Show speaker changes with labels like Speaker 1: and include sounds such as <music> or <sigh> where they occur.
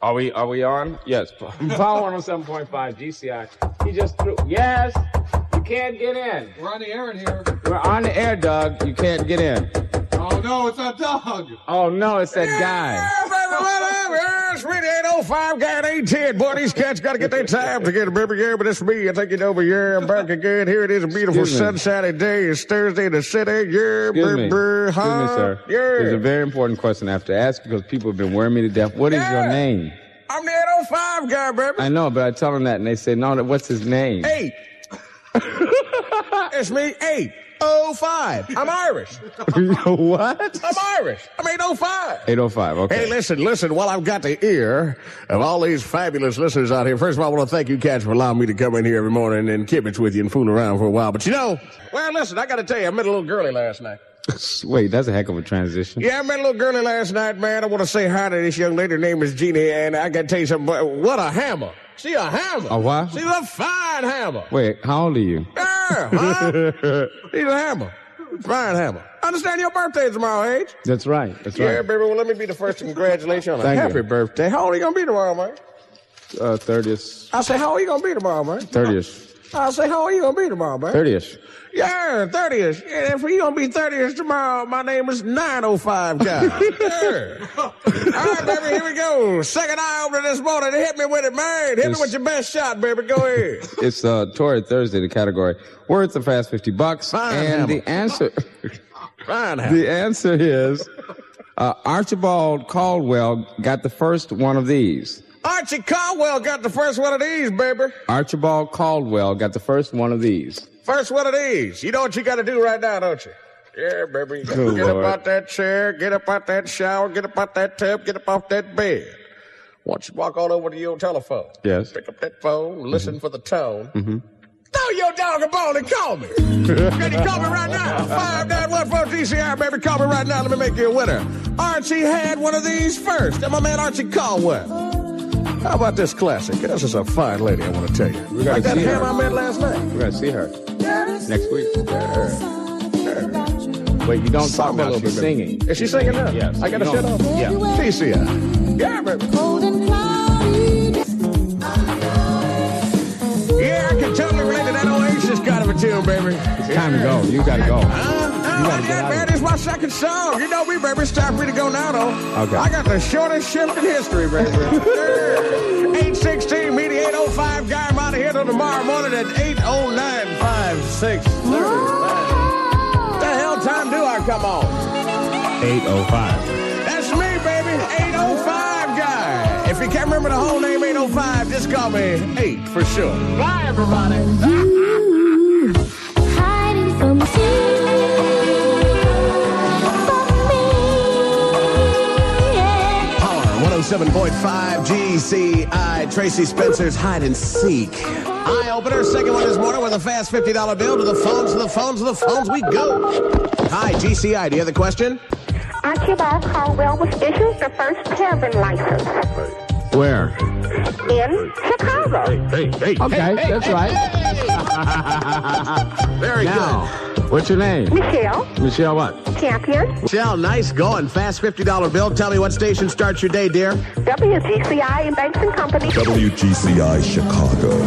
Speaker 1: Are we are we on? Yes. <laughs> Power 107.5 GCI. He just threw. Yes. You can't get in.
Speaker 2: We're on the air in here.
Speaker 1: We're on the air, Doug. You can't get in.
Speaker 2: Oh no, it's a dog.
Speaker 1: Oh no, it's that guy.
Speaker 3: Yes, Oh, really 805 got 810. Boy, these cats got to get their time together, baby. Yeah, but it's me. I think it over. Yeah, I'm back again. Here it is, a beautiful
Speaker 1: Excuse me.
Speaker 3: sunshiny day. It's Thursday in the city. Yeah,
Speaker 1: Excuse me.
Speaker 3: brr, brr,
Speaker 1: Excuse me,
Speaker 3: huh?
Speaker 1: sir. There's a
Speaker 3: Yeah.
Speaker 1: very important question I have to ask because people have been wearing me to death. What is your
Speaker 3: Yeah.
Speaker 1: name?
Speaker 3: I'm the 805 guy, baby.
Speaker 1: I know, but I tell them that and they say, no, that- what's his name? <laughs>
Speaker 3: Eight. <laughs> it's me, 805. I'm Irish.
Speaker 1: what?
Speaker 3: I'm Irish. I'm 805.
Speaker 1: 805. Okay.
Speaker 3: Hey, listen, listen. While I've got the ear of all these fabulous listeners out here, first of all, I want to thank you cats for allowing me to come in here every morning and kibitz with you and fool around for a while. But you know, well, listen, I got to tell you, I met a little girlie last night.
Speaker 1: Wait, that's a heck of a transition.
Speaker 3: Yeah, I met a little girlie last night, man. I want to say hi to this young lady. Her name is Jeannie, and I got to tell you something. boy, What a hammer! She a hammer.
Speaker 1: A what?
Speaker 3: She's a fine hammer.
Speaker 1: Wait, how old are you?
Speaker 3: Yeah, huh?
Speaker 1: <laughs>
Speaker 3: She's a hammer. Fine hammer. I understand your birthday is tomorrow, Age.
Speaker 1: That's right. That's
Speaker 3: Yeah,
Speaker 1: right.
Speaker 3: baby. Well, let me be the first to congratulate you on a
Speaker 1: Thank you.
Speaker 3: happy birthday. How old are you gonna be tomorrow, man?
Speaker 1: Uh, 30th.
Speaker 3: I say, how are you gonna be tomorrow, man?
Speaker 1: 30th.
Speaker 3: I say, how are you gonna be tomorrow, man?
Speaker 1: 30th.
Speaker 3: Yeah, thirtieth. Yeah, if you gonna be thirtieth tomorrow, my name is nine oh five guy. <laughs> yeah. All right, baby, here we go. Second eye opener this morning. Hit me with it, man. Hit me
Speaker 1: Yes.
Speaker 3: with your best shot, baby. Go ahead.
Speaker 1: It's uh, Torrid Thursday, the category. Words of fast 50 bucks.
Speaker 3: Fine,
Speaker 1: and
Speaker 3: Hammer.
Speaker 1: the answer, <laughs>
Speaker 3: Fine, Hal.
Speaker 1: the answer is uh, Archibald Caldwell got the first one of these.
Speaker 3: Archie Caldwell got the first one of these, baby.
Speaker 1: Archibald Caldwell got the first one of these.
Speaker 3: First one of these. You know what you got to do right now, don't you? Yeah, baby. You gotta
Speaker 1: Good
Speaker 3: get
Speaker 1: Lord.
Speaker 3: up out that chair, get up out that shower, get up out that tub, get up off that bed. Why don't you walk all over to your telephone?
Speaker 1: Yes.
Speaker 3: Pick up that phone, listen for the tone. Throw your dog a bone and call me. Can you call me right now? 5914 DCR, baby. Call me right now. Let me make you a winner. Archie had one of these first, and my man Archie Caldwell. How about this classic? This is a fine lady, I want to tell you.
Speaker 1: gotta
Speaker 3: like that
Speaker 1: see her.
Speaker 3: hammer I met last night.
Speaker 1: We're going to see her next week.
Speaker 4: Yeah.
Speaker 1: Wait, you don't talk
Speaker 3: Stop a
Speaker 1: about
Speaker 3: little
Speaker 1: she's
Speaker 3: bit, baby.
Speaker 1: singing.
Speaker 3: Is she singing now?
Speaker 1: Yes.
Speaker 3: I got to
Speaker 1: You
Speaker 3: shut
Speaker 1: don't-
Speaker 3: up. TCI. Yeah, baby.
Speaker 4: Cold and
Speaker 3: Yeah, I can totally relate to that Oasis kind of a tune, baby.
Speaker 1: It's time to go. You got to go.
Speaker 3: Huh?
Speaker 1: You
Speaker 3: Oh,
Speaker 1: gotta
Speaker 3: I
Speaker 1: get
Speaker 3: got
Speaker 1: out of
Speaker 3: man. This is my second song. You know me, baby. It's time for me to go now, though.
Speaker 1: Okay.
Speaker 3: I got the shortest shift in history,
Speaker 1: <laughs>
Speaker 3: baby. Yeah. 816, meet the 805 guy. I'm out of here till tomorrow morning at 80956. What the hell time do I come on?
Speaker 1: 805.
Speaker 3: That's me, baby. 805 guy. If you can't remember the whole name 805, just call me 8 for sure. Bye, everybody.
Speaker 5: Hiding from you, from me, yeah.
Speaker 2: Power 107.5 GCI. Tracy Spencer's Hide and Seek.
Speaker 3: Eye opener, second one this morning with a fast $50 bill to the phones, to the phones, to the phones. We go. Hi, GCI. Do you have the question?
Speaker 6: Archibald Caldwell was issued the first tavern license
Speaker 1: Where?
Speaker 6: in Chicago.
Speaker 1: Okay, that's right.
Speaker 2: Very
Speaker 1: What's your name?
Speaker 6: Michelle,
Speaker 1: Michelle what?
Speaker 6: champion,
Speaker 2: good. Shell, nice going. Fast $50 bill. Tell me what station starts your day, dear.
Speaker 6: WGCI and Banks and Company.
Speaker 7: WGCI Chicago.